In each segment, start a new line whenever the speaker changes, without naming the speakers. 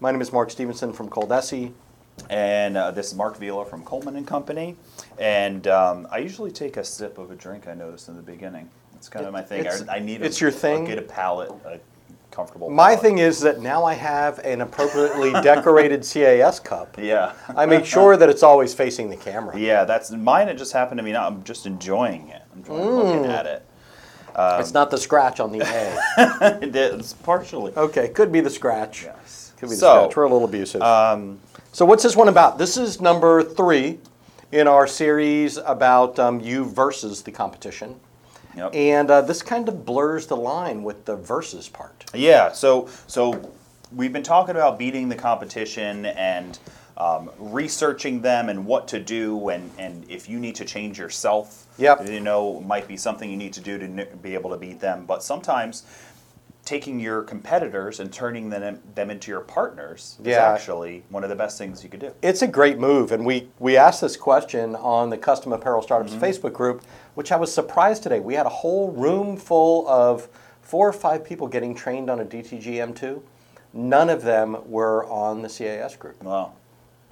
My name is Mark Stevenson from Cold Essie.
And uh, this is Mark Vila from Coleman and Company. And um, I usually take a sip of a drink. I noticed in the beginning. It's kind of my thing.
It's-
I, I need.
it's
a,
your thing?
A, get a palate, a comfortable.
My
palate.
thing is that now I have an appropriately decorated CAS cup.
Yeah.
I make sure that it's always facing the camera.
yeah, that's mine. It just happened to me. Now I'm just enjoying it. I'm enjoying
Mm.
looking at it.
it's not the scratch on the A.
It is partially.
okay, could be the scratch.
Yes.
Could be the
So, um,
scratch. We're a little abusive. so what's this one about? This is number three in our series about um, you versus the competition.
Yep.
And uh, this kind of blurs the line with the versus part.
Yeah. So so we've been talking about beating the competition and um, researching them and what to do and and if you need to change yourself.
Yep.
You know, might be something you need to do to n- be able to beat them. But sometimes taking your competitors and turning them them into your partners is
Yeah.
actually one of the best things you could do.
It's a great move, and we we asked this question on the Custom Apparel Startups
Mm-hmm.
Facebook group, which I was surprised today. We had a whole room full of four or five people getting trained on a DTGM2. None of them were on the CAS group.
Wow.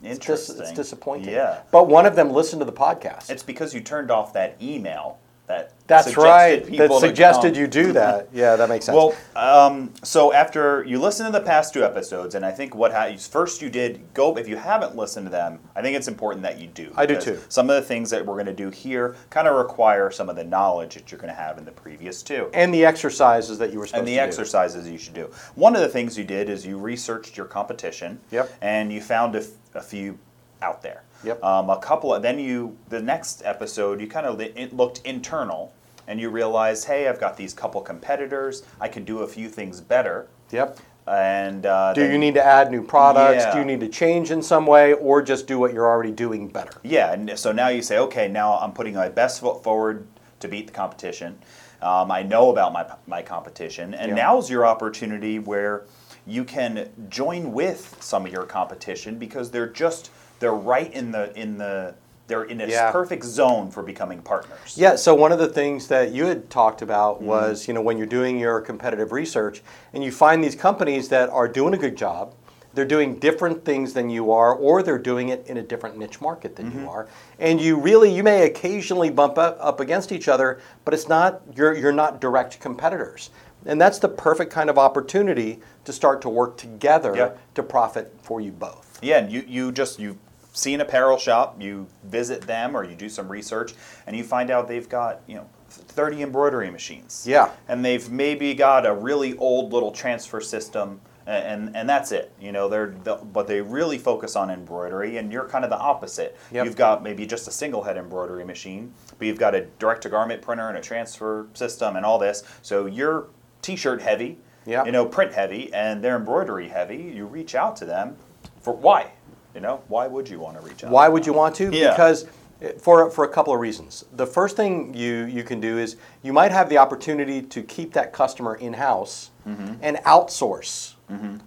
It's, dis-
Interesting.
it's disappointing.
Yeah.
But one of them listened to the podcast.
It's because you turned off that email that
That's
suggested
right. That
people to
suggested
come.
you do that. Yeah, that makes sense.
Well, um, so after you listen to the past two episodes, and I think what ha- first you did go if you haven't listened to them, I think it's important that you do.
I do
because
too.
Some of the things that we're going to do here kind of require some of the knowledge that you're going to have in the previous two.
and the exercises that you were supposed
And the
to do.
exercises you should do. One of the things you did is you researched your competition.
Yep.
And you found a, f- a few out there.
Yep.
Um, a couple of then you the next episode you kind of li- it looked internal and you realized hey I've got these couple competitors I can do a few things better.
Yep.
And uh,
Do
then-
you need to add new products? Do
Yeah.
you need to change in some way, or just do what you're already doing better?
Yeah, and so now you say, okay, now I'm putting my best foot forward to beat the competition. Um, I know about my, my competition, and
Yeah.
now's your opportunity where you can join with some of your competition because they're just they're right in the in the they're in a
Yeah.
perfect zone for becoming partners.
Yeah, so one of the things that you had talked about was, you know, when you're doing your competitive research and you find these companies that are doing a good job, they're doing different things than you are or they're doing it in a different niche market than you are. And you really you may occasionally bump up, up against each other, but it's not you're you're not direct competitors. And that's the perfect kind of opportunity to start to work together
Yeah.
to profit for you both.
Yeah, and you, you just you see an apparel shop, you visit them or you do some research, and you find out they've got you know. 30 embroidery machines.
Yeah.
And they've maybe got a really old little transfer system a- and and that's it. You know, they're the, but they really focus on embroidery and you're kind of the opposite.
Yep.
You've got maybe just a single head embroidery machine, but you've got a direct to garment printer and a transfer system and all this. So you're t-shirt heavy.
Yeah.
You know, print heavy and they're embroidery heavy, you reach out to them for why? You know, why would you want to reach out?
Why would you want to?
Yeah.
Because eh, for for a couple of reasons. The first thing you you can do is you might have the opportunity to keep that customer in house and outsource.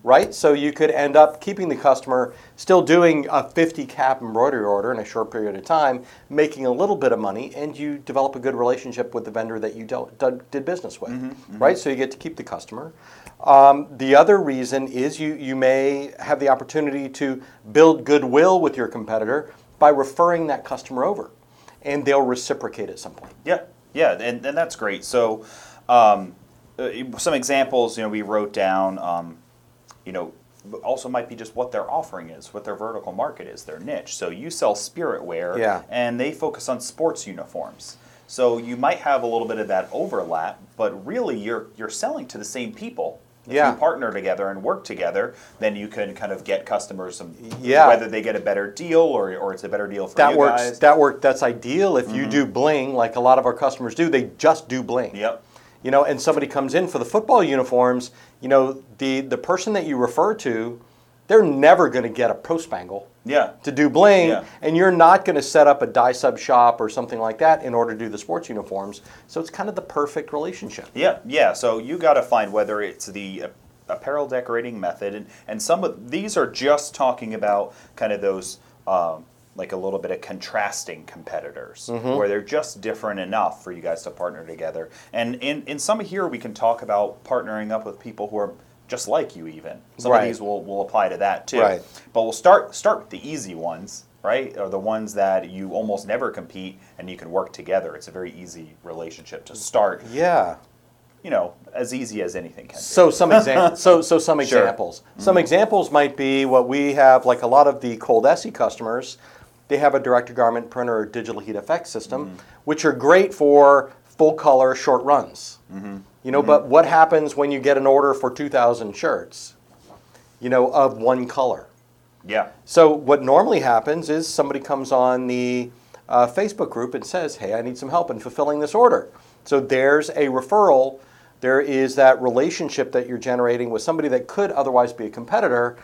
Right? So you could end up keeping the customer still doing a 50 cap embroidery order in a short period of time, making a little bit of money, and you develop a good relationship with the vendor that you dealt, did- did business with. Right? So you get to keep the customer. Um, the other reason is you, you may have the opportunity to build goodwill with your competitor by referring that customer over, and they'll reciprocate at some point.
Yeah, yeah, and, and that's great. So, um, uh, some examples, you know, we wrote down, um, you know, also might be just what their offering is, what their vertical market is, their niche. So you sell spirit wear,
Yeah.
and they focus on sports uniforms. So you might have a little bit of that overlap, but really you're you're selling to the same people. If
Yeah.
you partner together and work together, then you can kind of get customers some
Yeah.
whether they get a better deal or, or it's a better deal for
That
you
works.
guys. Mm-hmm.
That work. That's ideal if you do bling, like a lot of our customers do. They just do bling.
Yep.
You know, and somebody comes in for the football uniforms. You know, the the person that you refer to they're never going to get a pro spangle
Yeah.
to do bling,
Yeah.
and you're not going to set up a dye sub shop or something like that in order to do the sports uniforms. So it's kind of the perfect relationship.
Yeah, yeah. So you got to find whether it's the uh, apparel decorating method, and and some of these are just talking about kind of those. Um, like a little bit of contrasting competitors
Mm-hmm.
where they're just different enough for you guys to partner together. And in, in some of here, we can talk about partnering up with people who are just like you, even. Some
Right.
of these will, will apply to that too.
Right.
But we'll start, start with the easy ones, right? Or the ones that you almost never compete and you can work together. It's a very easy relationship to start
Yeah.
you know, as easy as anything can be.
So some examples. so so some
Sure.
examples. Some examples might be what we have. Like a lot of the cold Essie customers, they have a direct to garment printer or digital heat effects system,
Mm-hmm.
which are great for full color short runs.
Mm-hmm.
You know, but what happens when you get an order for two thousand shirts? You know, of one color.
yeah.
So what normally happens is somebody comes on the uh, Facebook group and says, "Hey, I need some help in fulfilling this order." So there's a referral. There is that relationship that you're generating with somebody that could otherwise be a competitor,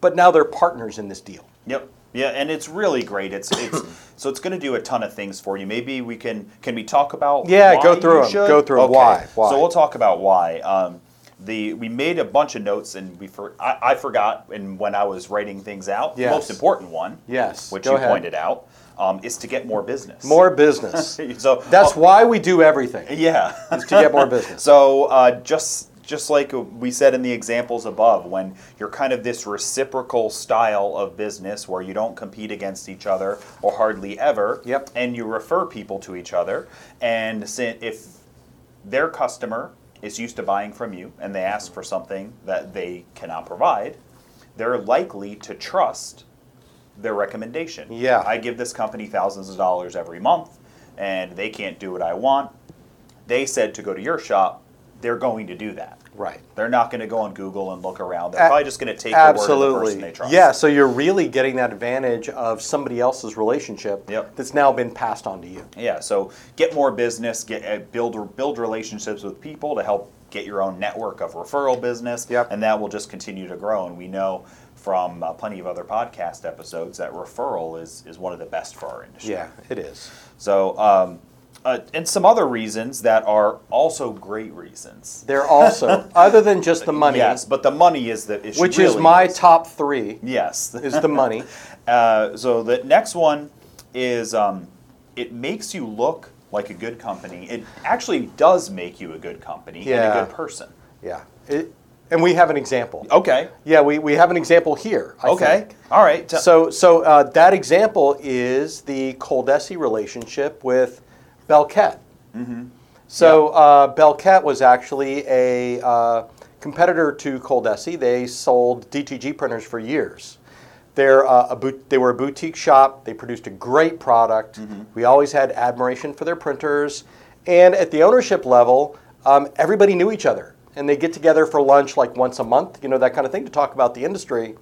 but now they're partners in this deal.
Yep. Yeah, and it's really great. It's it's so it's going to do a ton of things for you. Maybe we can can we talk about
Yeah,
why
go through
you
'em.
should?
Go through 'em.
Okay.
Why? Why?
So we'll talk about why. Um, the we made a bunch of notes and we for, I, I forgot and when I was writing things out,
Yes.
the most important one,
Yes,
which
go
you
ahead.
pointed out, um, is to get more business.
More business.
So
That's
oh,
why we do everything
yeah.
is to get more business.
So uh, just just like we said in the examples above, when you're kind of this reciprocal style of business where you don't compete against each other or hardly ever,
Yep.
and you refer people to each other, and si- if their customer is used to buying from you and they ask for something that they cannot provide, they're likely to trust their recommendation.
Yeah.
I give this company thousands of dollars every month and they can't do what I want. They said to go to your shop, they're going to do that.
Right.
They're not going to go on Google and look around. They're
A-
probably just going to take the word of the person
Absolutely.
they trust.
Yeah, so you're really getting that advantage of somebody else's relationship
Yep.
that's now been passed on to you.
Yeah, so get more business, get uh, build build relationships with people to help get your own network of referral business,
Yep.
and that will just continue to grow. And we know from uh, plenty of other podcast episodes that referral is is one of the best for our industry.
Yeah, it is.
So, um, uh, and some other reasons that are also great reasons.
They're also other than just the money,
Yes, but the money is the issue.
which is
really
my top three.
yes.
Is the money?
Uh, so the next one is um, it makes you look like a good company. It actually does make you a good company and
Yeah.
a good person.
yeah. It, and we have an example. Oh.
Okay.
Yeah, we, we have an example here. I
Okay.
think.
All right. T-
So so uh, that example is the Coldesi relationship with Belkett. So uh, Belkett was actually a uh, competitor to Coldesi. They sold DTG printers for years. They're, uh, a boot, they were a boutique shop. They produced a great product. We always had admiration for their printers. And at the ownership level, um, everybody knew each other. And they get together for lunch like once a month, you know, that kind of thing to talk about the industry.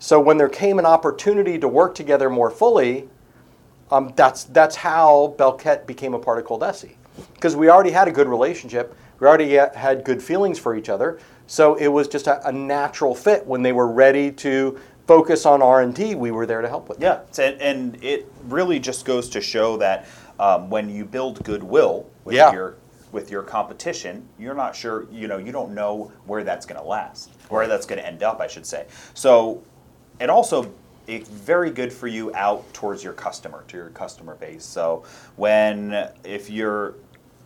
So when there came an opportunity to work together more fully, um, that's that's how Belkett became a part of Coldesi, because we already had a good relationship. We already ha- had good feelings for each other, so it was just a, a natural fit. When they were ready to focus on R and D, we were there to help with.
yeah. So- And, and it really just goes to show that um, when you build goodwill with
Yeah.
your with your competition, you're not sure. You know, you don't know where that's going to last, where that's going to end up. I should say. So, and also. It's very good for you out towards your customer, to your customer base. So when if you're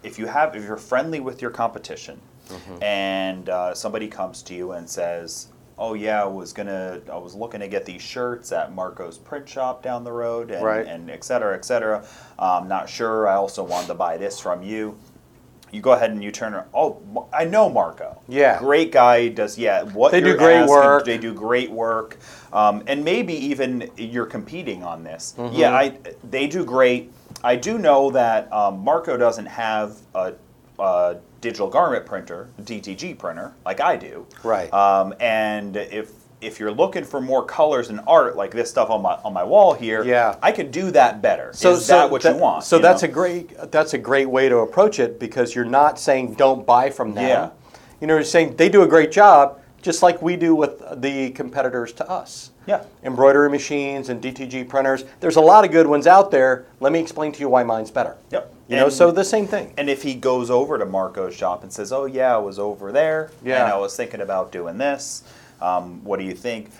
if you have if you're friendly with your competition
Mm-hmm.
and uh, somebody comes to you and says oh yeah i was gonna i was looking to get these shirts at marco's print shop down the road and,
Right.
and et cetera et cetera i'm not sure i also wanted to buy this from you you go ahead and you turn around. Oh, Ma- I know Marco.
Yeah.
great guy. Does yeah. What
They do
you're
great
asking,
work.
They do great work, um, and maybe even you're competing on this.
Mm-hmm.
Yeah, I. They do great. I do know that um, Marco doesn't have a, a digital garment printer, DTG printer, like I do.
Right.
Um, and if if you're looking for more colors and art, like this stuff on my on my wall here,
Yeah.
I could do that better. Is that what
that-
you want?
So
you
that's
know?
a great that's a great way to approach it because you're not saying don't buy from them.
Yeah.
You know, you're saying they do a great job. just like we do with the competitors to us.
Yeah.
Embroidery machines and DTG printers. There's a lot of good ones out there. Let me explain to you why mine's better.
Yep.
You know,
And-
so the same thing.
And if he goes over to Marco's shop and says, "Oh yeah, I was over there,
Yeah.
and I was thinking about doing this. Um, what do you think?"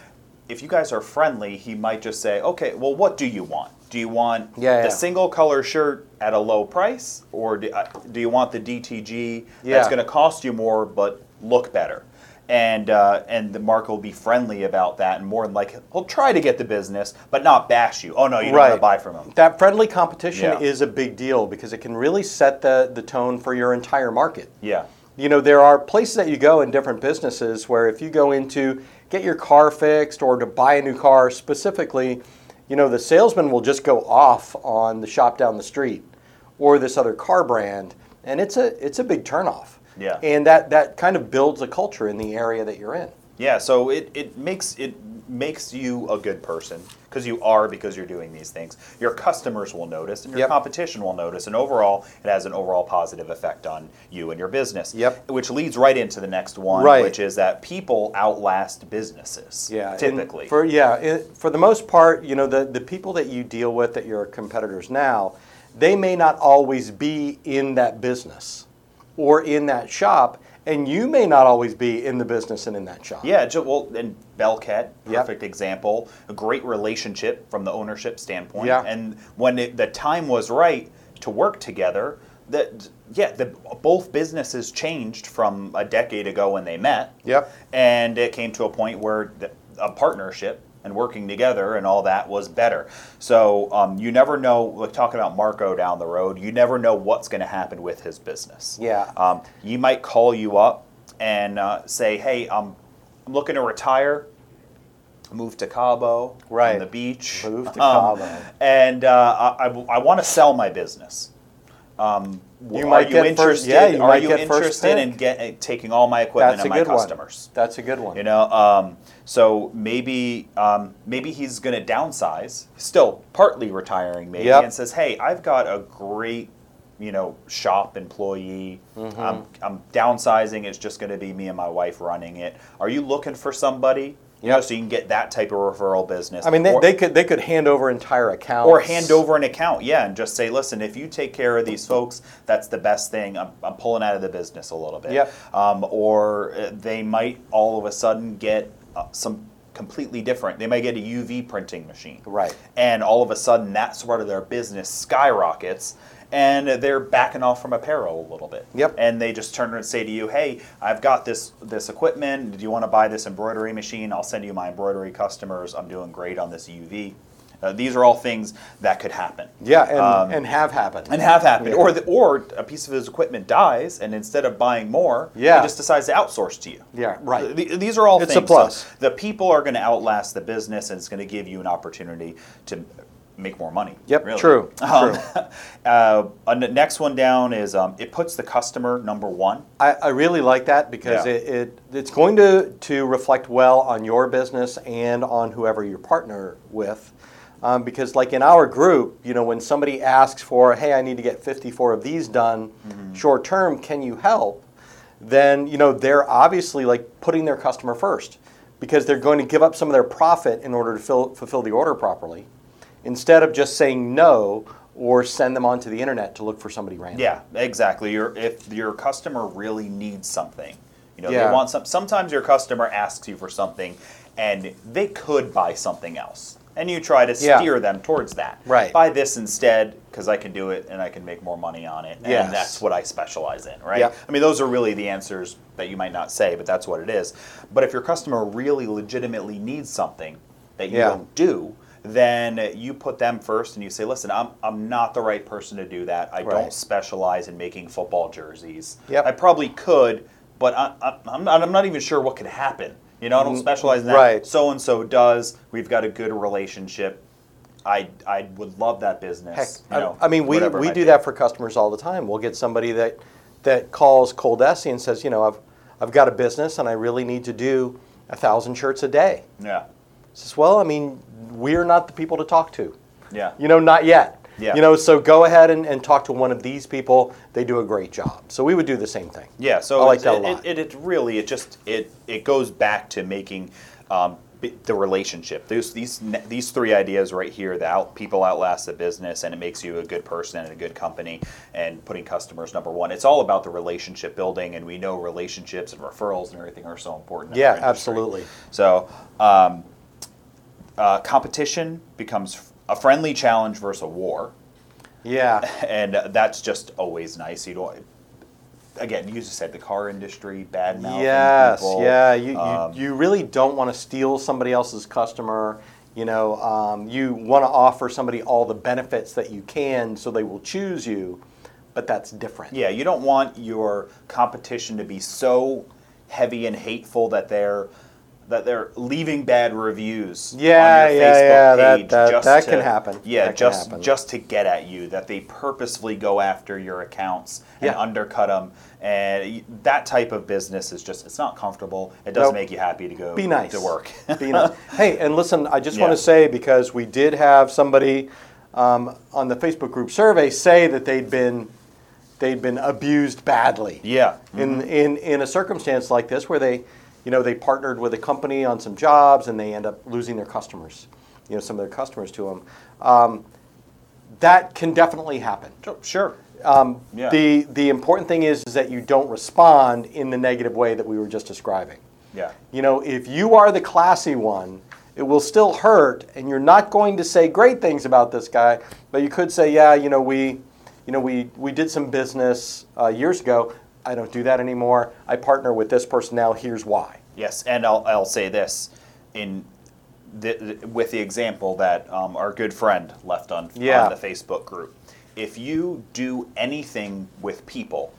If you guys are friendly, he might just say, "Okay, well, what do you want? Do you want
Yeah,
the
yeah.
single color shirt at a low price, or do, uh, do you want the DTG
Yeah.
that's going to cost you more but look better?" And uh, and the Marco will be friendly about that, and more than like he'll try to get the business, but not bash you. Oh no, you don't want to buy from him.
That friendly competition
Yeah.
is a big deal because it can really set the, the tone for your entire market.
Yeah,
You know, there are places that you go in different businesses where if you go into get your car fixed or to buy a new car specifically, you know, the salesman will just go off on the shop down the street or this other car brand, and it's a it's a big turnoff.
Yeah.
And that that kind of builds a culture in the area that you're in.
Yeah, so it, it makes it makes you a good person because you are because you're doing these things. Your customers will notice and your
Yep.
competition will notice and overall it has an overall positive effect on you and your business.
Yep.
Which leads right into the next one
Right.
which is that people outlast businesses.
and
Typically.
for yeah, it, for the most part, you know, the the people that you deal with that your competitors now, they may not always be in that business or in that shop, and you may not always be in the business and in that shop.
yeah, ju- well, and Belcat,
Yep.
perfect example. A great relationship from the ownership standpoint.
Yeah.
And when it, the time was right to work together, that yeah, the, both businesses changed from a decade ago when they met.
Yep.
And it came to a point where the, a partnership and working together and all that was better. So um, you never know. Like talking about Marco down the road, you never know what's going to happen with his business.
Yeah.
Um, you might call you up and uh, say, "Hey, I'm, I'm looking to retire, move to Cabo,
Right.
on the beach, um,
Move to Cabo.
and uh, I, want to sell my business." Um,
You
are
might
you
get
interested?
first- yeah, you
are
might
you
get first
interested in
pick.
get, uh, taking all my equipment
that's a
and my
good
customers?
one. That's a good one.
You know, um, so maybe um, maybe he's going to downsize, still partly retiring, maybe,
Yep.
and says, "Hey, I've got a great, you know, shop employee.
Mm-hmm.
I'm, I'm downsizing. It's just going to be me and my wife running it. Are you looking for somebody? You know,
Yep.
so you can get that type of referral business.
I mean, they,
Or-
they could they could hand over entire accounts
or hand over an account, yeah, and just say, listen, if you take care of these folks, that's the best thing. I'm, I'm pulling out of the business a little bit.
Yep.
Um, or uh, they might all of a sudden get uh, some completely different. They might get a UV printing machine.
Right.
And all of a sudden, that's part of their business skyrockets. And they're backing off from apparel a little bit.
Yep.
And they just turn around and say to you, "Hey, I've got this this equipment. Do you want to buy this embroidery machine? I'll send you my embroidery customers. I'm doing great on this UV." Uh, these are all things that could happen.
Yeah, and,
Um,
and have happened.
and have happened,
Yeah.
or the, or a piece of his equipment dies, and instead of buying more,
Yeah.
he just decides to outsource to you.
Yeah, right.
Th- these are all
It's a
things.
plus.
So the people are going to outlast the business, and it's going to give you an opportunity to make more money.
Yep,
really.
true,
Um,
true.
uh, and the next one down is um, it puts the customer number one.
I, I really like that because
Yeah.
it, it it's going to to reflect well on your business and on whoever you partner with. Um, because like in our group, you know, when somebody asks for, hey, I need to get 54 of these done short term, can you help? Then, you know, they're obviously like putting their customer first because they're going to give up some of their profit in order to fill, fulfill the order properly instead of just saying no or send them onto the internet to look for somebody random.
Yeah, exactly. Your if your customer really needs something, you know,
Yeah.
they want some. Sometimes your customer asks you for something, and they could buy something else, and you try to
Yeah.
steer them towards that.
Right.
Buy this instead because I can do it and I can make more money on it, and
Yes.
that's what I specialize in. Right.
Yeah.
I mean, those are really the answers that you might not say, but that's what it is. But if your customer really legitimately needs something that you
Yeah.
don't do. Then you put them first and you say, listen, I'm, I'm not the right person to do that. I
Right.
don't specialize in making football jerseys.
Yep.
I probably could, but I, I, I'm, not, I'm not even sure what could happen. You know, I don't specialize in that.
Mm, right.
So and so does. We've got a good relationship. I, I would love that business.
Heck,
you know,
I, I mean, we,
whatever it
we
might
do
be.
that for customers all the time. We'll get somebody that that calls Cold Essie and says, you know, I've I've got a business and I really need to do a thousand shirts a day.
Yeah.
Says, well, I mean, we're not the people to talk to.
Yeah.
You know, not yet.
Yeah.
You know, so go ahead and, and talk to one of these people. They do a great job. So we would do the same thing.
Yeah, so
I like
it's-
that a
it,
lot.
It, it, it really it just it it goes back to making um, b- the relationship. Those these ne- these three ideas right here: the out, people outlast the business, and it makes you a good person and a good company, and putting customers number one. It's all about the relationship building, and we know relationships and referrals and everything are so important. in our
Yeah,
industry.
absolutely.
So, um, uh, competition becomes f- a friendly challenge versus a war
yeah.
and uh, that's just always nice. You don't. Again, you just said the car industry, bad mouth.
Yes,
people.
yeah. You, you,
Um,
you really don't want to steal somebody else's customer. You know, um, you want to offer somebody all the benefits that you can so they will choose you, but that's different.
yeah, you don't want your competition to be so heavy and hateful that they're that they're leaving bad reviews.
Yeah,
on your
yeah,
Facebook
yeah, that-
page
that-
just
that
to-
can happen.
Yeah,
That can
just
happen.
just to get at you. That they purposefully go after your accounts and
Yeah.
undercut them. And y- that type of business is just it's not comfortable. It
Nope.
doesn't make you happy to go
Be nice.
to work.
Be nice. Hey, and listen, I just want
Yeah.
to say because we did have somebody um, on the Facebook group survey say that they'd been they'd been abused badly.
yeah.
in, in in a circumstance like this where they you know they partnered with a company on some jobs and they end up losing their customers you know some of their customers to them um, that can definitely happen
Sure, Oh, Sure. Yeah.
Um, the the important thing is, is that you don't respond in the negative way that we were just describing
yeah.
you know if you are the classy one it will still hurt and you're not going to say great things about this guy but you could say yeah you know we you know we we did some business uh, years ago i don't do that anymore i partner with this person now here's why
Yes, and I'll, I'll say this in the, the- with the example that um, our good friend left on,
Yeah.
on the Facebook group. If you do anything with people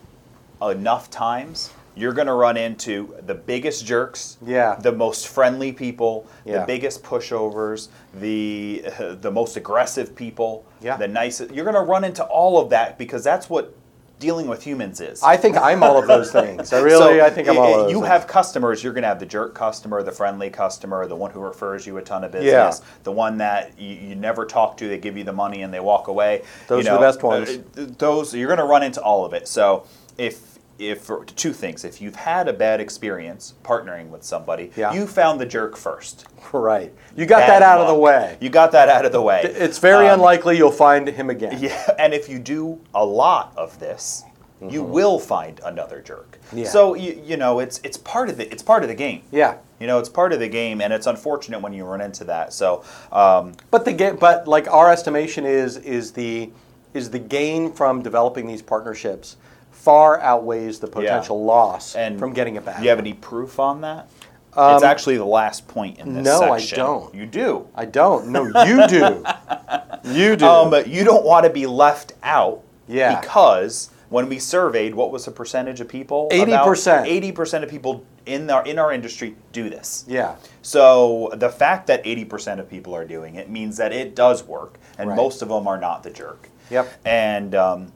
enough times, you're going to run into the biggest jerks,
Yeah.
the most friendly people,
Yeah.
the biggest pushovers, the the most aggressive people,
Yeah.
the nicest. You're going to run into all of that because that's what dealing with humans is.
i think i'm all of those things i really
So,
i think i'm
i-
all
i-
of those
You
things.
have customers. You're going to have the jerk customer, the friendly customer, the one who refers you a ton of
Yeah.
business, the one that you, you never talk to. They give you the money and they walk away.
Those
you
are the
know,
best ones.
uh, th- Those you're going to run into all of it. So if if two things, if you've had a bad experience partnering with somebody,
Yeah.
you found the jerk first.
right you got
Bad
that out of
luck.
the way
You got that out of the way. Uh,
it's very unlikely you'll find him again
Yeah, and if you do a lot of this, you will find another jerk.
Mm-hmm. Yeah.
So you, you know it's it's part of the it's part of the game.
Yeah.
You know it's part of the game, and it's unfortunate when you run into that. So um,
But the ga- but like our estimation is is the is the gain from developing these partnerships far outweighs the potential loss
and
from getting it back. Um,
Do you have any proof on that? it's actually the last point in this
no, I
section.
don't.
You do.
I don't. No, you do. you do.
Um, but you don't want to be left out.
Yeah.
Because when we surveyed, what was the percentage of people?
80%.
Eighty percent of people in our in our industry do this.
yeah.
So the fact that 80% of people are doing it means that it does work, and
Right.
most of them are not the jerk.
Yep.
And um,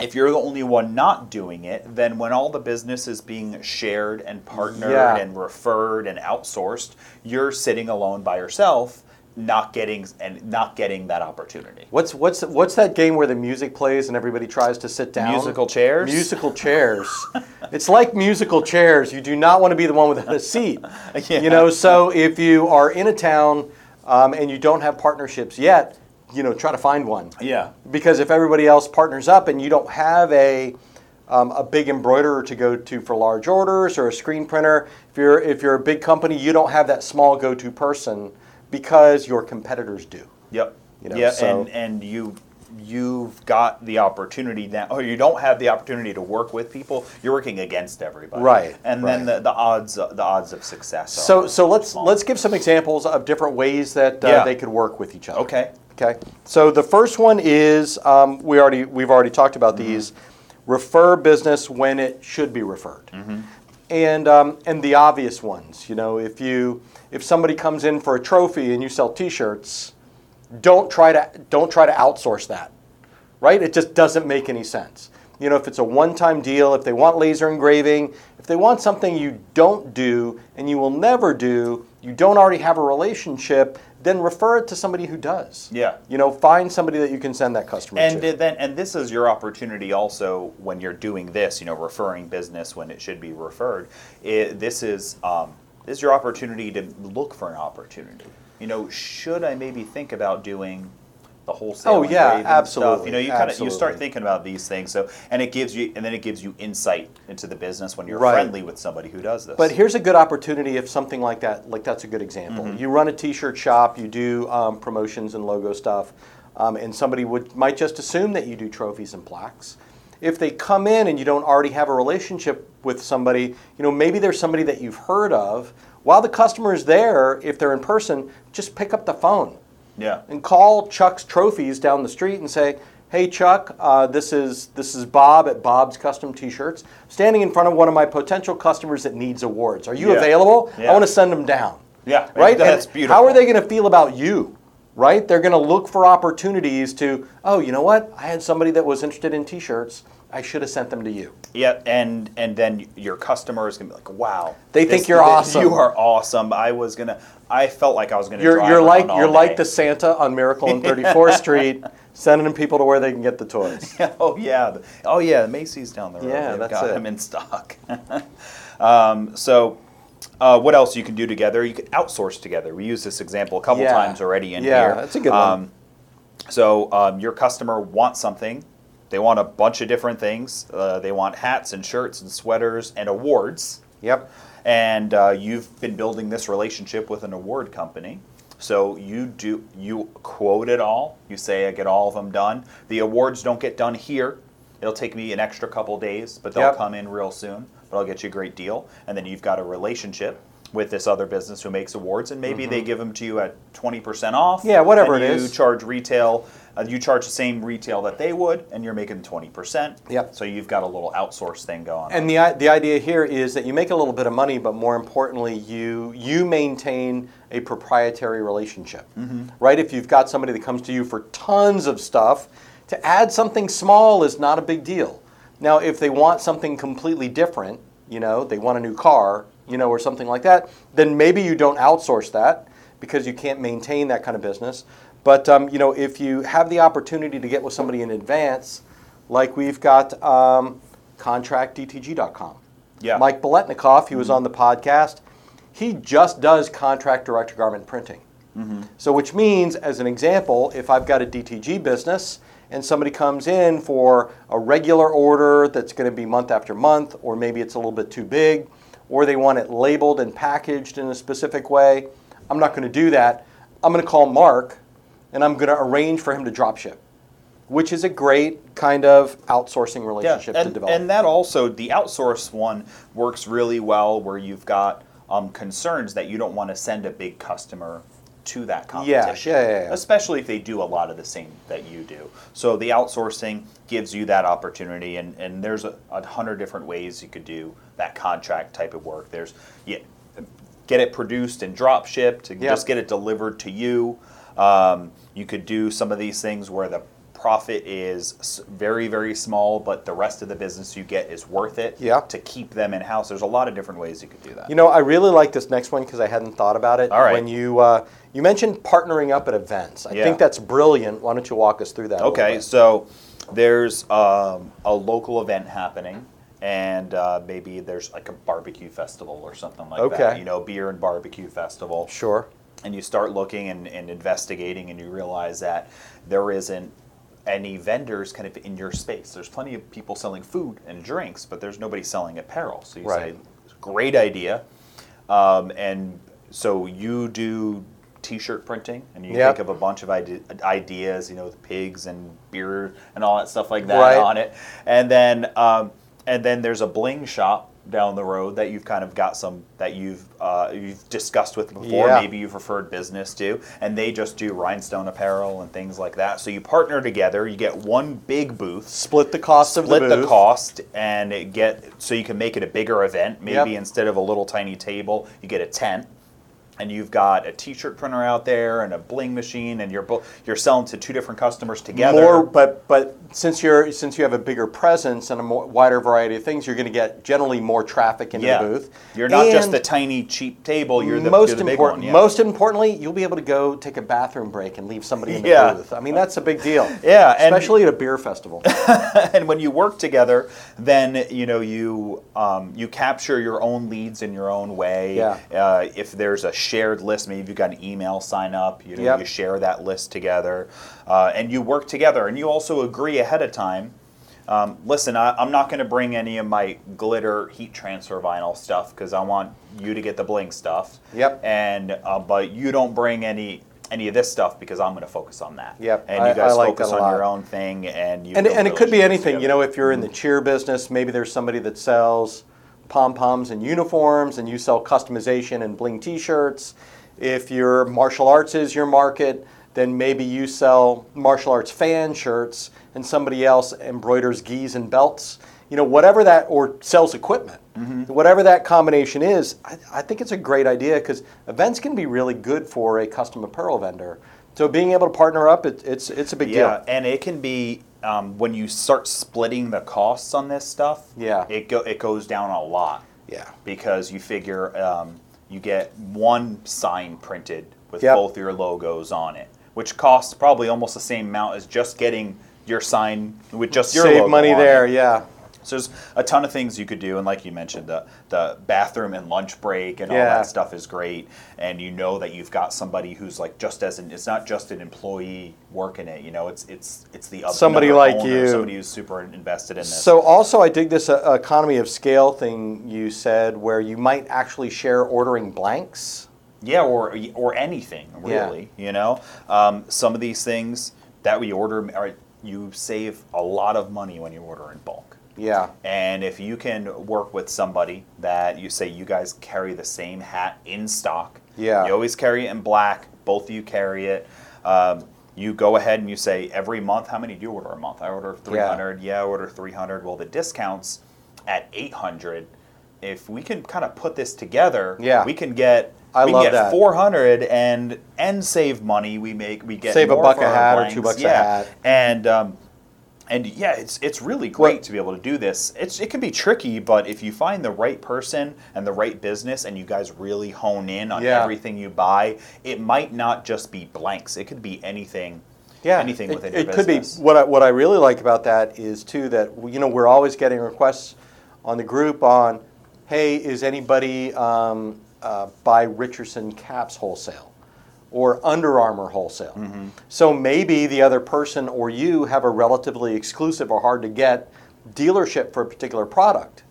if you're the only one not doing it, then when all the business is being shared and partnered
Yeah.
and referred and outsourced, you're sitting alone by yourself, not getting and not getting that opportunity.
What's what's what's that game where the music plays and everybody tries to sit down?
Musical chairs?
Musical chairs. it's like musical chairs. You do not want to be the one without a seat. You know, so if you are in a town um, and you don't have partnerships yet, you know, try to find one.
Yeah.
because if everybody else partners up and you don't have a um, a big embroiderer to go to for large orders or a screen printer if you're if you're a big company you don't have that small go-to person because your competitors do
Yep.
You know,
yeah,
so-
and and you you've got the opportunity now or you don't have the opportunity to work with people you're working against everybody
Right,
and then
right.
the, the odds the odds of success are
so so let's
small.
let's give some examples of different ways that uh,
Yeah.
they could work with each other
okay
okay so the first one is um, we already we've already talked about these refer business when it should be referred and um, and the obvious ones. You know, if you if somebody comes in for a trophy and you sell T-shirts, don't try to don't try to outsource that, right? It just doesn't make any sense. You know, if it's a one-time deal, if they want laser engraving, if they want something you don't do and you will never do, you don't already have a relationship, then refer it to somebody who does.
Yeah.
You know, find somebody that you can send that customer
And
to.
then, and this is your opportunity also when you're doing this, you know, referring business when it should be referred. It, this is um, this is your opportunity to look for an opportunity. You know, should I maybe think about doing the wholesale?
Oh,
and
yeah,
Raven Stuff?
absolutely,
You know, you kind of you
absolutely.
start thinking about these things. So, and it gives you, and then it gives you insight into the business when you're
Right.
friendly with somebody who does this.
But here's a good opportunity if something like that, like that's a good example. You run a T-shirt shop, you do um, promotions and logo stuff, um, and somebody would might just assume that you do trophies and plaques. If they come in and you don't already have a relationship with somebody, you know maybe there's somebody that you've heard of. While the customer is there, if they're in person, just pick up the phone
yeah,
and call Chuck's Trophies down the street and say, "Hey Chuck, uh, this is this is Bob at Bob's Custom T-Shirts, standing in front of one of my potential customers that needs awards. Are you
Yeah.
available?
Yeah.
I want to send them down.
Yeah,
right. And
that's beautiful.
How are they going to feel about you? Right? They're going to look for opportunities to. Oh, you know what? I had somebody that was interested in T-shirts. I should have sent them to you.
Yeah, and and then your customer is gonna be like, "Wow,
They think you're awesome.
You are awesome. I was gonna. I felt like I was gonna.
You're,
drive
you're like
around all
you're like
day.
the Santa on Miracle on 34th Street, sending people to where they can get the toys.
oh yeah, The- oh yeah. The Macy's down the road.
Yeah,
They've
that's
got
it.
them in stock. um, so, uh, what else you can do together? You can outsource together. We used this example a couple
Yeah.
times already in
Yeah,
here.
that's a good one.
um, So um, your customer wants something. They want a bunch of different things. Uh, they want hats and shirts and sweaters and awards.
Yep.
and uh, you've been building this relationship with an award company. So you do you quote it all. You say I get all of them done. The awards don't get done here. It'll take me an extra couple days, but they'll
Yep.
come in real soon. But I'll get you a great deal, and then you've got a relationship with this other business who makes awards, and maybe they give them to you at twenty percent off.
Mm-hmm. Yeah, whatever
and
it
you
is.
charge retail. Uh, you charge the same retail that they would, and you're making twenty percent.
Yep.
So you've got a little outsource thing going. on.
And the, i- the idea here is that you make a little bit of money, but more importantly, you you maintain a proprietary relationship, right? If you've got somebody that comes to you for tons of stuff, to add something small is not a big deal. Now, if they want something completely different, you know, they want a new car, you know, or something like that, then maybe you don't outsource that because you can't maintain that kind of business. But um, you know, if you have the opportunity to get with somebody in advance, like we've got um, contractdtg.com.
Yeah. Mm-hmm.
Mike Boletnikoff, he was on the podcast. He just does contract direct to garment printing.
Mm-hmm.
So, which means, as an example, if I've got a DTG business and somebody comes in for a regular order that's going to be month after month, or maybe it's a little bit too big, or they want it labeled and packaged in a specific way, I'm not going to do that. I'm going to call Mark and I'm going to arrange for him to drop ship, which is a great kind of outsourcing relationship
and,
to develop.
And that also, the outsource one works really well where you've got um, concerns that you don't want to send a big customer to that
yeah,
competition.
yeah, yeah.
Especially if they do a lot of the same that you do. So the outsourcing gives you that opportunity, and, and there's a, a hundred different ways you could do that contract type of work. There's, yeah, get it produced and drop shipped and
Yeah.
just get it delivered to you. Um, you could do some of these things where the profit is s- very, very small, but the rest of the business you get is worth it
Yeah.
to keep them in house. There's a lot of different ways you could do that.
You know, I really like this next one because I hadn't thought about it.
All right.
When you uh, you mentioned partnering up at events, I
Yeah.
think that's brilliant. Why don't you walk us through that? a little
Okay,
bit?
so there's um, a local event happening, and uh, maybe there's like a barbecue festival or something like that.
Okay.
You know, beer and barbecue festival.
Sure.
and you start looking and, and investigating and you realize that there isn't any vendors kind of in your space there's plenty of people selling food and drinks but there's nobody selling apparel so you
Right.
say great idea um, and so you do t-shirt printing and you
Yep.
think of a bunch of ide- ideas you know with pigs and beer and all that stuff like that
Right.
on it and then um, and then there's a bling shop down the road that you've kind of got some that you've uh, you've discussed with before
Yeah.
maybe you've referred business to, and they just do rhinestone apparel and things like that. So you partner together, you get one big booth,
Split the cost of
split
the
the,
booth.
cost, and it get so you can make it a bigger event. Maybe
Yep.
instead of a little tiny table, you get a tent. and you've got a T-shirt printer out there and a bling machine, and you're bo- you're selling to two different customers together.
More, but but since you're since you have a bigger presence and a more wider variety of things, you're going to get generally more traffic into
yeah.
the booth.
You're not just
And
the tiny cheap table. You're the
most
you're the big
important.
one, yeah.
Most importantly, you'll be able to go take a bathroom break and leave somebody in the
Yeah.
booth. I mean, that's a big deal.
Yeah, and-
especially at a beer festival.
and when you work together, then you know you um, you capture your own leads in your own way.
Yeah.
Uh, if there's a shared list, maybe you've got an email sign up. You know,
Yep.
you share that list together, uh, and you work together, and you also agree ahead of time. Um, listen, I, I'm not going to bring any of my glitter heat transfer vinyl stuff because I want you to get the bling stuff.
Yep.
And uh, but you don't bring any any of this stuff because I'm going to focus on that.
Yep,
And you
I-
guys
I like
focus
that a
on your
lot.
own thing, and you
and
build
and it could be
relationships
anything. You
together. Mm-hmm.
know, if you're in the cheer business, maybe there's somebody that sells pom poms and uniforms, and you sell customization and bling T-shirts. If your martial arts is your market, then maybe you sell martial arts fan shirts, and somebody else embroiders gis and belts. You know, whatever that or sells equipment,
Mm-hmm.
whatever that combination is, I, I think it's a great idea because events can be really good for a custom apparel vendor. So being able to partner up, it, it's it's a big
Yeah,
deal.
and it can be um, when you start splitting the costs on this stuff.
Yeah.
it go it goes down a lot.
Yeah.
because you figure um, you get one sign printed with
Yep.
both your logos on it, which costs probably almost the same amount as just getting your sign with just your
Save
logo
money
on it.
there, yeah.
So there's a ton of things you could do, and like you mentioned, the the bathroom and lunch break and all
Yeah.
that stuff is great. And you know that you've got somebody who's like just as an it's not just an employee working it. You know, it's it's it's the other
Somebody
another
like
owner,
you.
somebody who's super invested in this.
So also, I dig this uh, economy of scale thing you said, where you might actually share ordering blanks.
yeah, or or anything
Yeah.
really. You know, um, some of these things that we order are you save a lot of money when you order in bulk.
Yeah.
And if you can work with somebody that you say you guys carry the same hat in stock,
Yeah.
you always carry it in black. Both of you carry it. Um, you go ahead and you say every month, how many do you order a month? I order 300. Yeah, I order 300. Well, the discounts at 800. If we can kind of put this together,
Yeah.
we can get
I
we
love
can get
that.
400 and and save money. We make we get
Save a
more
buck
for
a
our
hat or
blanks.
two bucks a
yeah.
hat.
And um, and yeah, it's it's really great
Well-
to be able to do this. It's it can be tricky, but if you find the right person and the right business, and you guys really hone in on
Yeah.
everything you buy, it might not just be blanks. It could be anything.
Yeah,
anything
it,
within
it
your
could be.
business.
What I, what I really like about that is too that you know we're always getting requests on the group on, hey, is anybody um, uh, buy Richardson caps wholesale or Under Armour wholesale? So maybe the other person or you have a relatively exclusive or hard to get dealership for a particular product.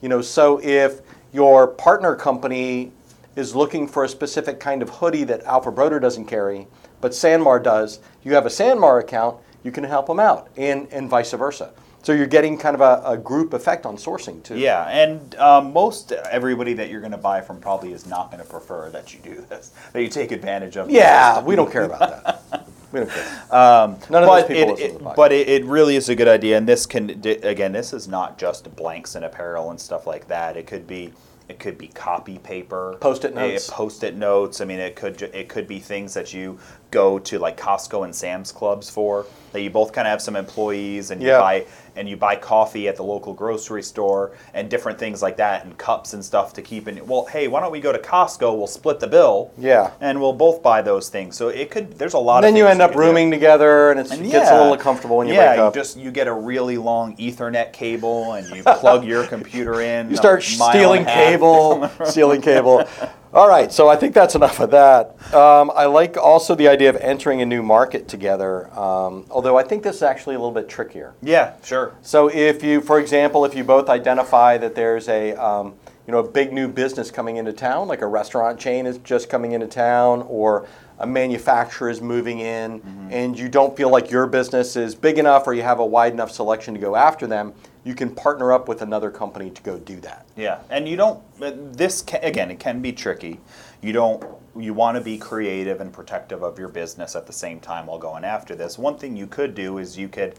You know, so if your partner company is looking for a specific kind of hoodie that Alpha Broder doesn't carry, but Sanmar does, you have a Sanmar account, you can help them out, and, and vice versa. So you're getting kind of a, a group effect on sourcing too.
Yeah, and um, most everybody that you're going to buy from probably is not going to prefer that you do this, that you take advantage of.
Yeah, we don't care about that. We don't care. None of those
Um, but
people
it,
listen
it-
to the podcast.
but it, it really is a good idea and this can di- again this is not just blanks and apparel and stuff like that it could be it could be copy paper
Post-it
eh,
notes.
post-it notes i mean it could ju- it could be things that you go to like costco and sam's clubs for that you both kind of have some employees and
Yeah.
you buy and you buy coffee at the local grocery store and different things like that and cups and stuff to keep in well hey why don't we go to costco we'll split the bill
Yeah.
and we'll both buy those things so it could there's a lot
and
of
then you
things
end up
could do.
rooming together, and it's,
And
it gets a
yeah,
little uncomfortable when you
yeah,
wake up.
you just you get a really long Ethernet cable and you plug your computer in.
You
a
start
mile
stealing
and a half.
cable, stealing cable. All right, so I think that's enough of that. Um, I like also the idea of entering a new market together, um, although I think this is actually a little bit trickier.
Yeah, sure.
So if you, for example, if you both identify that there's a, um, you know, a big new business coming into town, like a restaurant chain is just coming into town, or a manufacturer is moving in, and you don't feel like your business is big enough or you have a wide enough selection to go after them, you can partner up with another company to go do that.
Yeah, and you don't. but This can, again, it can be tricky. You don't. You want to be creative and protective of your business at the same time while going after this. One thing you could do is you could,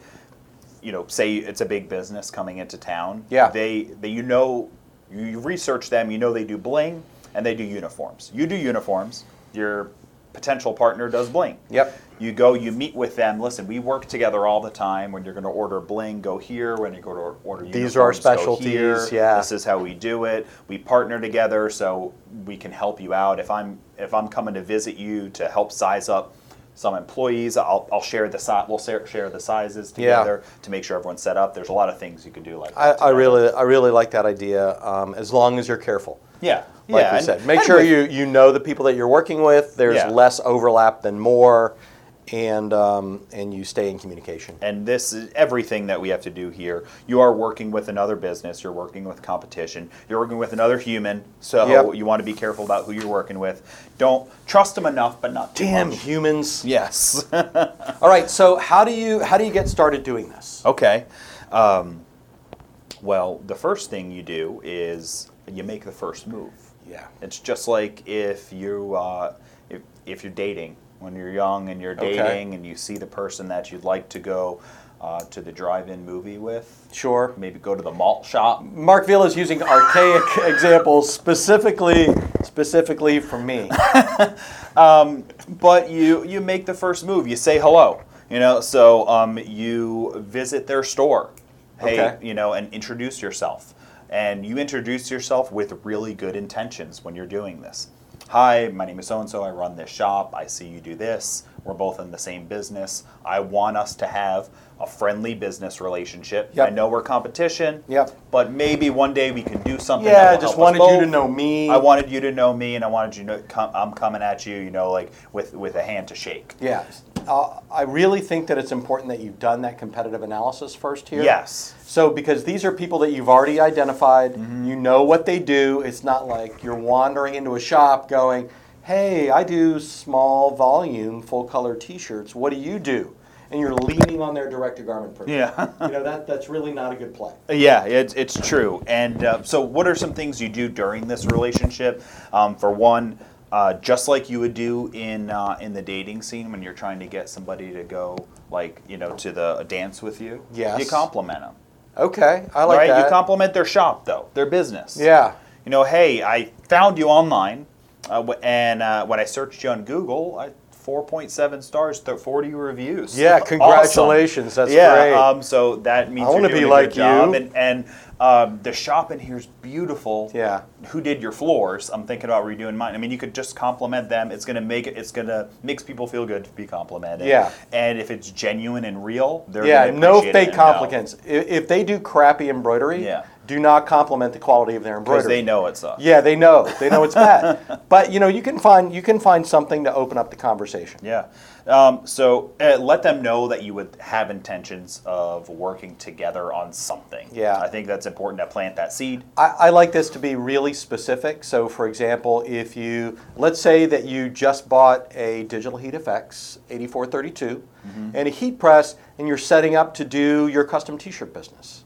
you know, say it's a big business coming into town.
Yeah.
They, they you know, you research them. You know they do bling. and they do uniforms. You do uniforms, your potential partner does bling.
Yep.
You go, you meet with them. Listen, we work together all the time. When you're going to order bling, go here. When you go to order
These are our
uniforms, go
specialties,
here.
yeah.
This is how we do it. We partner together so we can help you out. If I'm if I'm coming to visit you to help size up some employees, I'll, I'll share the size. We'll share, share the sizes
Yeah.
together to make sure everyone's set up. There's a lot of things you can do like
I,
that
I
together.
really, I really like that idea. Um, as long as you're careful,
yeah
like
yeah
we
and-
said, make
and
sure
with-
you you know the people that you're working with. There's
Yeah.
less overlap than more, and um, and you stay in communication.
and this is everything that we have to do here. You are working with another business, you're working with competition, you're working with another human, so
Yep.
you want to be careful about who you're working with. Don't trust them enough, but not too
Damn
much.
humans!
Yes.
All right, so how do you how do you get started doing this?
okay. Um, well, the first thing you do is you make the first move.
Yeah.
It's just like if you uh, if if you're dating when you're young and you're
Okay.
dating and you see the person that you'd like to go uh, to the drive-in movie with.
Sure.
Maybe go to the malt shop.
Mark Villa is using archaic examples specifically specifically for me.
but you you make the first move. You say hello. You know, so um, you visit their store. Hey,
Okay.
you know, and introduce yourself. And you introduce yourself with really good intentions when you're doing this. Hi, my name is so and so. I run this shop. I see you do this. We're both in the same business. I want us to have a friendly business relationship.
Yep.
I know we're competition.
Yep.
But maybe one day we can do something.
Yeah,
that
I
will
just
help us
wanted you to
both.
know me.
I wanted you to know me, and I wanted you to know com- I'm coming at you, you know, like with with a hand to shake.
Yeah, uh, I really think that it's important that you've done that competitive analysis first here.
Yes. Mm-hmm.
So because these are people that you've already identified, you know what they do. It's not like you're wandering into a shop going, "Hey, I do small volume full color T-shirts. What do you do?" And you're leaning on their direct to garment purchase.
Yeah.
you know that that's really not a good play.
Yeah, it's, it's true. And uh, so, what are some things you do during this relationship? Um, for one, uh, just like you would do in uh, in the dating scene when you're trying to get somebody to go, like you know, to the a dance with you.
Yes.
You compliment them,
Okay, I like
right?
that.
You compliment their shop, though, their business.
yeah.
You know, hey, I found you online, uh, wh- and uh, when I searched you on Google, I 4.7 stars, th- 40 reviews.
Yeah,
Awesome.
congratulations. That's
yeah,
great.
Um, so that means
I
you're
wanna
doing
be
a
like
good job,
you.
and, and um, the shop in here is beautiful.
Yeah.
Who did your floors? I'm thinking about redoing mine. I mean, you could just compliment them. It's gonna make it. It's gonna makes people feel good to be complimented.
Yeah.
And if it's genuine and real, they're
Yeah,
gonna
no
appreciate it
fake
and know.
compliments. I- If they do crappy embroidery,
Yeah.
do not compliment the quality of their
'Cause
embroidery.
they know it's up.
Yeah, they know. They know it's bad. but you know, you can find you can find something to open up the conversation.
Yeah. Um, so uh, let them know that you would have intentions of working together on something.
Yeah.
I think that's important to plant that seed.
I, I like this to be really specific. So, for example, if you let's say that you just bought a Digital Heat Effects 8432 and a heat press, and you're setting up to do your custom T-shirt business,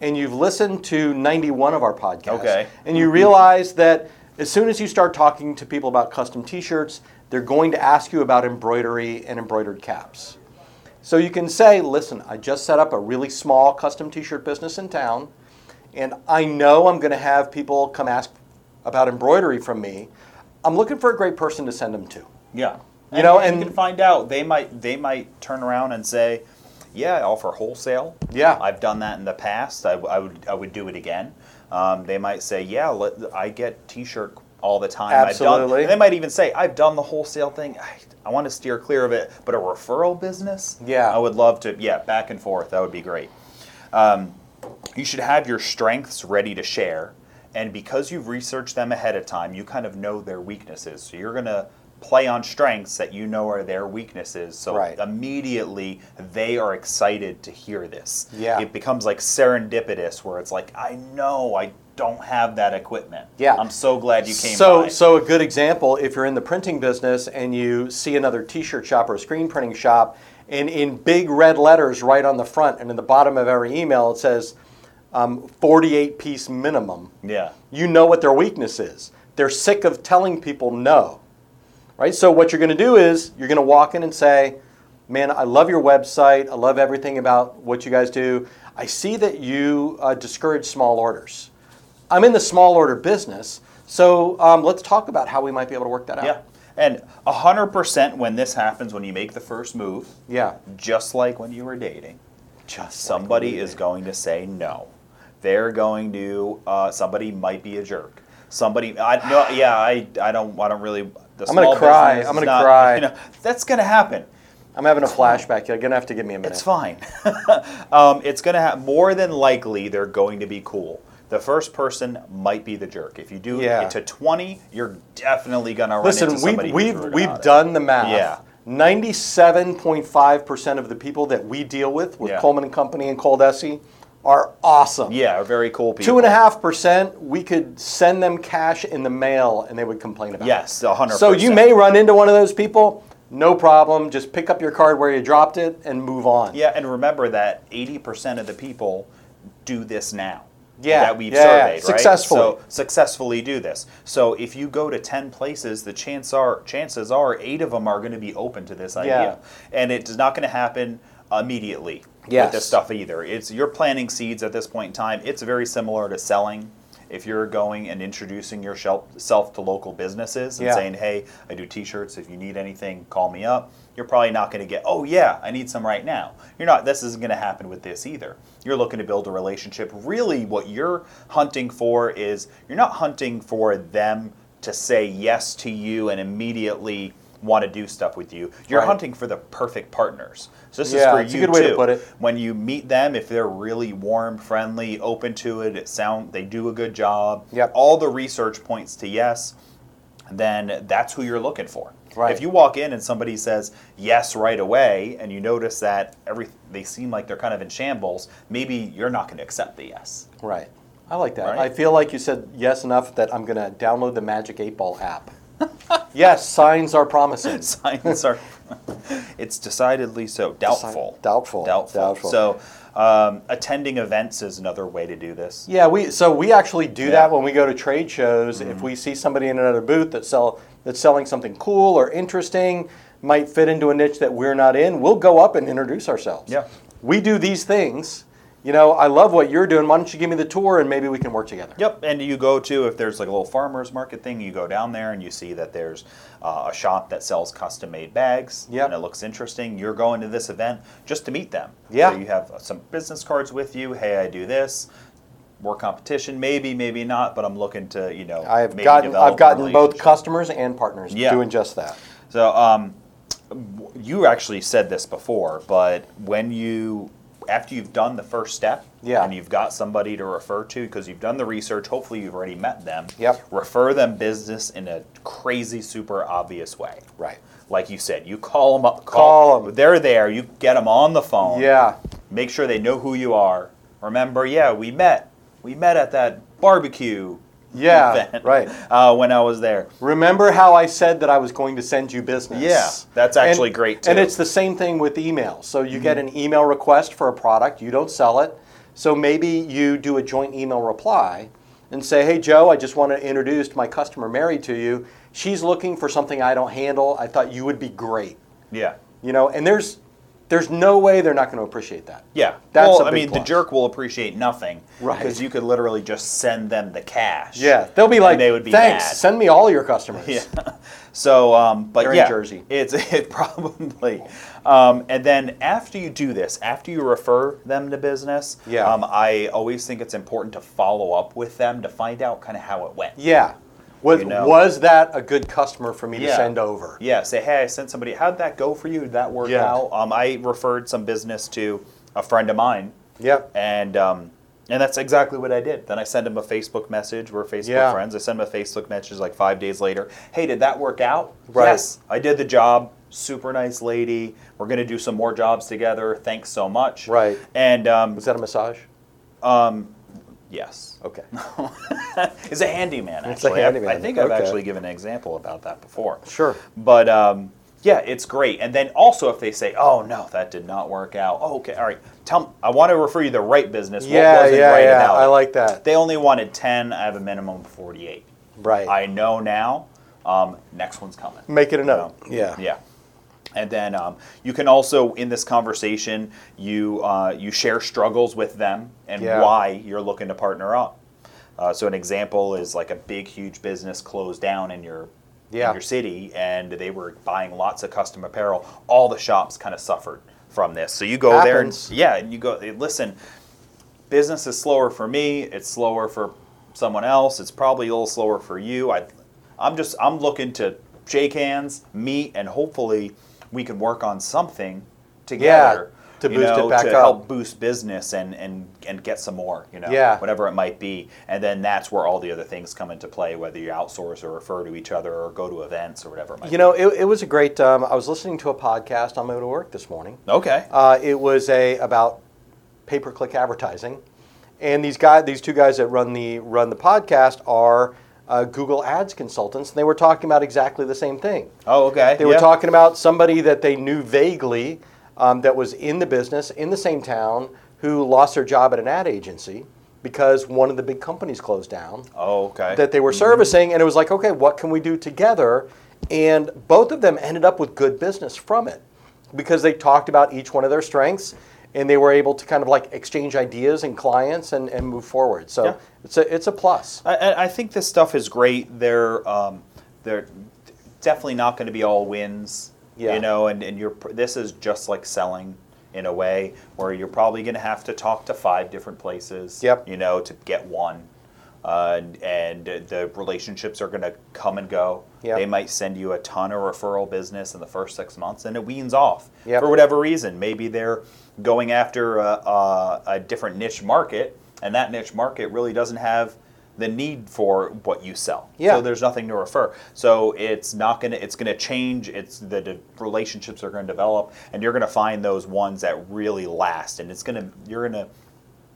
and you've listened to 91 of our podcasts,
Okay.
and you realize that as soon as you start talking to people about custom T-shirts, they're going to ask you about embroidery and embroidered caps. So you can say, listen, I just set up a really small custom t shirt business in town, and I know I'm going to have people come ask about embroidery from me. I'm looking for a great person to send them to.
Yeah.
You know,
you
and-
can find out they might they might turn around and say, "Yeah, I offer wholesale.
Yeah.
I've done that in the past. I, w- I would I would do it again." Um, they might say, "Yeah, let, I get T-shirt all the time. I've done,
Absolutely.
and they might even say, "I've done the wholesale thing. I, I want to steer clear of it, but a referral business.
Yeah.
I would love to. Yeah, back and forth. That would be great." you should have your strengths ready to share. And because you've researched them ahead of time, you kind of know their weaknesses. So you're going to play on strengths that you know are their weaknesses. So
Right.
immediately they are excited to hear this.
Yeah.
It becomes like serendipitous where it's like, I know I don't have that equipment.
Yeah.
I'm so glad you came
So,
by.
so a good example, if you're in the printing business and you see another T-shirt shop or a screen printing shop, and in big red letters right on the front and in the bottom of every email, it says um, 48 piece minimum.
yeah.
you know what their weakness is. They're sick of telling people no. Right? So what you're going to do is you're going to walk in and say, "Man, I love your website. I love everything about what you guys do. I see that you uh, discourage small orders. I'm in the small order business, So um, let's talk about how we might be able to work that out.
Yeah. And 100% when this happens, when you make the first move,
Yeah.
just like when you were dating, just somebody is going to say no. They're going to, uh, somebody might be a jerk. Somebody, I no, yeah, I, I don't, I don't really. The
I'm gonna
small
cry.
business
I'm
is
gonna cry.
You know, that's gonna happen.
I'm having a flashback. You're going to have to give me a minute.
It's fine. um, it's gonna have more than likely they're going to be cool. The first person might be the jerk. If you do
Yeah.
it to 20, you're definitely gonna run
Listen,
into somebody.
we've,
who's
we've,
rude
we've
about it.
done the math.
Yeah.
97.5% of the people that we deal with, with
Yeah.
Coleman and Company and Cold Essie, are awesome.
Yeah, very cool people.
Two and a half percent, we could send them cash in the mail and they would complain about
Yes,
it.
a hundred.
So you may run into one of those people, no problem. Just pick up your card where you dropped it and move on.
Yeah, and remember that eighty percent of the people do this now.
Yeah,
that we've
yeah,
surveyed, right?
successfully.
So successfully do this. So if you go to ten places, the chance are chances are eight of them are going to be open to this idea, and it's not going to happen immediately
Yes.
with this stuff either. It's you're planting seeds at this point in time. It's very similar to selling. If you're going and introducing yourself to local businesses and
Yeah.
saying, "Hey, I do T-shirts. If you need anything, call me up." You're probably not going to get, "Oh yeah, I need some right now." You're not. This isn't going to happen with this either. You're looking to build a relationship. Really, what you're hunting for is you're not hunting for them to say yes to you and immediately want to do stuff with you. You're
Right.
hunting for the perfect partners. So this
Yeah,
is for
it's a
you
good way to
too.
put it.
When you meet them, if they're really warm, friendly, open to it, it sound they do a good job.
Yep.
All the research points to yes then that's who you're looking for.
Right.
If you walk in and somebody says yes right away, and you notice that every they seem like they're kind of in shambles, maybe you're not going to accept the yes.
Right. I like that.
Right?
I feel like you said yes enough that I'm going to download the Magic 8 Ball app. yes, signs are promising.
Signs are, it's decidedly so doubtful.
doubtful,
Doubtful.
doubtful.
So, um, attending events is another way to do this.
Yeah, we so we actually do
Yeah. Mm-hmm.
that when we go to trade shows. If we see somebody in another booth that sell that's selling something cool or interesting, might fit into a niche that we're not in, we'll go up and introduce ourselves.
Yeah.
We do these things. You know, I love what you're doing. Why don't you give me the tour and maybe we can work together?
Yep, and you go to if there's like a little farmers market thing, you go down there and you see that there's uh, a shop that sells custom made bags.
Yep.
and it looks interesting. You're going to this event just to meet them.
Yeah.
so you have some business cards with you. Hey, I do this. More competition, maybe, maybe not, but I'm looking to you know.
I have
maybe
gotten
develop
I've
a
gotten both
relationship.
customers and partners
Yeah.
doing just that.
So um, w- you actually said this before, but when you after you've done the first step
Yeah.
and you've got somebody to refer to because you've done the research, hopefully you've already met them.
Yep.
Refer them business in a crazy, super obvious way.
Right.
Like you said, you call them up.
Call 'em.
They're there. You get them on the phone.
Yeah.
Make sure they know who you are. Remember, yeah, we met. We met at that barbecue.
Yeah.
event,
right.
Uh, when I was there.
Remember how I said that I was going to send you business?
Yeah, that's
And-
actually great,
And
too. Mm-hmm.
it's the same thing with email. So you get an email request for a product, you don't sell it. So maybe you do a joint email reply and say, "Hey Joe, I just want to introduce my customer Mary to you. She's looking for something I don't handle. I thought you would be great."
Yeah.
You know, and there's there's no way they're not going to appreciate that.
Yeah,
That's
well,
a
I
big
mean,
plus.
the jerk will appreciate nothing,
Right.
Because you could literally just send them the cash.
Yeah, they'll be
and
like,
they would be
"Thanks,
mad.
send me all your customers."
Yeah. So, um, but
They're in
yeah,
Jersey.
it's it probably. Um, and then after you do this, after you refer them to business,
Yeah.
um, I always think it's important to follow up with them to find out kind of how it went.
Yeah. Was,
You know.
was that a good customer for me to
Yeah.
send over?
Yeah, say, hey, I sent somebody. How'd that go for you? Did that work
Yeah.
out? Um, I referred some business to a friend of mine.
Yep.
And um, and that's exactly what I did. Then I sent him a Facebook message. We're Facebook
Yeah.
friends. I sent him a Facebook message like five days later. Hey, did that work out?
Right.
Yes, I did the job. Super nice lady. We're gonna do some more jobs together. Thanks so much.
Right.
And um,
Was that a massage?
yes,
Okay.
is a handyman. Actually,
It's a
I've-
handyman,
I think I've
okay.
actually given an example about that before.
Sure.
But um, yeah, it's great. And then also, if they say, "Oh no, that did not work out," oh, okay, all right, tell. 'em- I want to refer you to the right business. what
yeah,
wasn't
yeah,
right
yeah.
about
I
it.
like that.
They only wanted ten. I have a minimum of forty-eight.
right.
I know now. Um, next one's coming.
Make it a note.
You
Yeah.
know? Yeah. And then um, you can also, in this conversation, you uh, you share struggles with them and
Yeah.
why you're looking to partner up. Uh, so an example is like a big, huge business closed down in your
Yeah.
in your city, and they were buying lots of custom apparel. All the shops kind of suffered from this. So you go there, and,
Happens.
yeah, and you go. Listen, business is slower for me. It's slower for someone else. It's probably a little slower for you. I, I'm just I'm looking to shake hands, meet, and hopefully we can work on something together
to
you
boost it
know,
back
to
up.
help boost business and and and get some more. You know,
Yeah.
whatever it might be. And then that's where all the other things come into play, whether you outsource or refer to each other or go to events or whatever. It might
You know, it, it was a great. Um, I was listening to a podcast on my way to work this morning.
be. okay,
Uh, it was a about pay per click advertising, and these guy, these two guys that run the run the podcast are uh, Google Ads consultants, and they were talking about exactly the same thing.
oh okay,
They were
yeah.
talking about somebody that they knew vaguely um, that was in the business in the same town who lost their job at an ad agency because one of the big companies closed down
Oh okay,
that they were servicing, and it was like, okay, what can we do together? And both of them ended up with good business from it because they talked about each one of their strengths and they were able to kind of like exchange ideas and clients and, and move forward. So
Yeah.
it's a it's a plus.
I- I, I think this stuff is great. They're um, they're definitely not going to be all wins,
Yeah.
you know. And and you're pr- this is just like selling in a way where you're probably going to have to talk to five different places,
Yep.
you know, to get one. Uh, and, and the relationships are going to come and go.
Yep.
They might send you a ton of referral business in the first six months, and it weans off
Yep.
for whatever reason. Maybe they're going after a, a, a different niche market, and that niche market really doesn't have the need for what you sell.
Yeah.
So there's nothing to refer. So it's not gonna. It's gonna change. It's the de- relationships are gonna develop, and you're gonna find those ones that really last, and it's gonna. You're gonna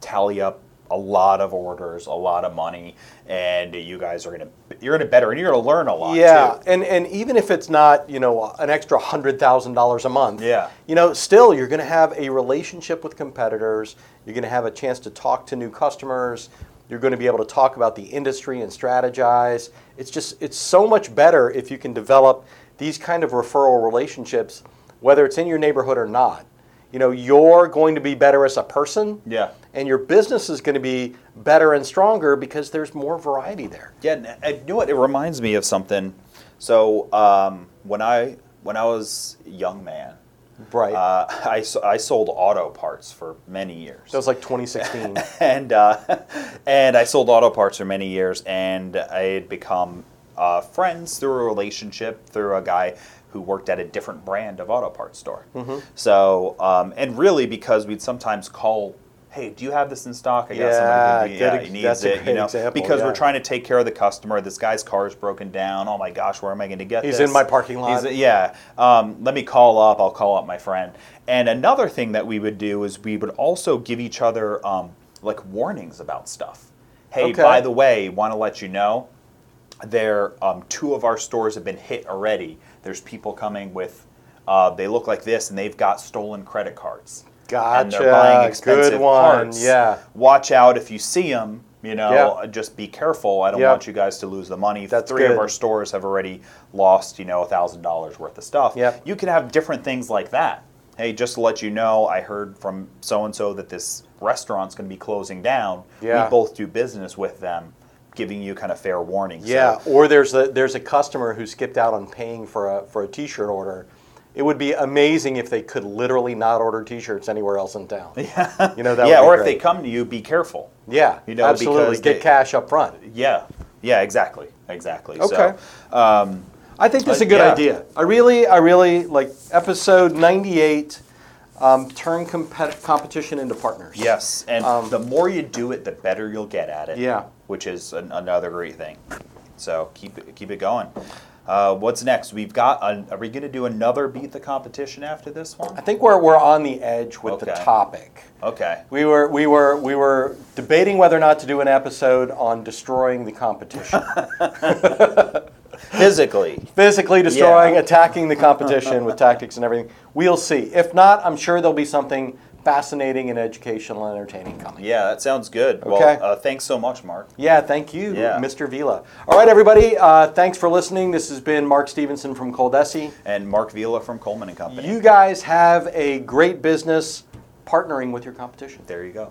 tally up a lot of orders, a lot of money, and you guys are gonna. You're gonna better, and you're gonna learn a lot.
Yeah,
Too.
and and even if it's not you know an extra hundred thousand dollars a month,
Yeah.
you know, still you're going to have a relationship with competitors. You're going to have a chance to talk to new customers. You're going to be able to talk about the industry and strategize. It's just it's so much better if you can develop these kind of referral relationships, whether it's in your neighborhood or not. You know, you're going to be better as a person.
Yeah.
And your business is going to be better and stronger because there's more variety there.
Yeah, and I you know what it reminds me of something. So um, when I when I was a young man,
Right.
uh, I, s- I sold auto parts for many years
that was like 2016.
and uh, and I sold auto parts for many years, and I had become uh, friends through a relationship through a guy who worked at a different brand of auto parts store.
Mm-hmm.
So um, and really because we'd sometimes call. Hey, do you have this in stock? I got
Yeah,
somebody who
good
yeah,
ex-
he needs
that's a
it.
great
you know,
example,
because
yeah.
we're trying to take care of the customer. This guy's car is broken down. Oh my gosh, where am I going to get
He's
this?
in my parking lot.
He's- yeah. Um, let me call up. I'll call up my friend. And another thing that we would do is we would also give each other um, like warnings about stuff. Hey,
Okay.
by the way, want to let you know, there um, two of our stores have been hit already. There's people coming with. Uh, they look like this, and they've got stolen credit cards. And
Gotcha.
they're buying
Good
expensive
one.
parts.
Yeah.
Watch out if you see them. You know,
Yep.
just be careful. I don't
Yep.
want you guys to lose the money.
That's
Three
good.
of our stores have already lost, you know, thousand dollars worth of stuff.
Yep.
You can have different things like that. Hey, just to let you know, I heard from so and so that this restaurant's going to be closing down.
Yeah.
We both do business with them, giving you kind of fair warning. So-
Yeah, or there's a there's a customer who skipped out on paying for a for a t-shirt order. It would be amazing if they could literally not order t-shirts anywhere else in town. Yeah, you know that.
yeah,
would be
or if
great.
they come to you, be careful.
yeah,
you know,
absolutely,
because
get
they-
cash up front.
Yeah. Yeah, exactly. Exactly.
Okay.
So, um,
I think this is a
Uh,
good
yeah.
idea. I really, I really like episode 98. Um, turn compet- competition into partners.
Yes, and the more you do it, the better you'll get at it.
Um, Yeah.
which is an, another great thing. So keep it, keep it going. Uh, what's next? We've got. An, are we going to do another beat the competition after this
I
one?
think we're we're on the edge with the
Okay.
topic.
Okay.
We were we were we were debating whether or not to do an episode on destroying the competition.
Physically.
physically destroying,
Yeah.
attacking the competition with tactics and everything. We'll see. If not, I'm sure there'll be something fascinating and educational and entertaining coming.
Yeah, that sounds good.
Okay.
Well, uh, thanks so much, Mark.
Yeah, thank you,
Yeah.
Mr. Vila. All right, everybody, uh, thanks for listening. This has been Mark Stevenson from Coldesi.
And Mark Vila from Coleman and Company.
You guys have a great business partnering with your competition.
there you go.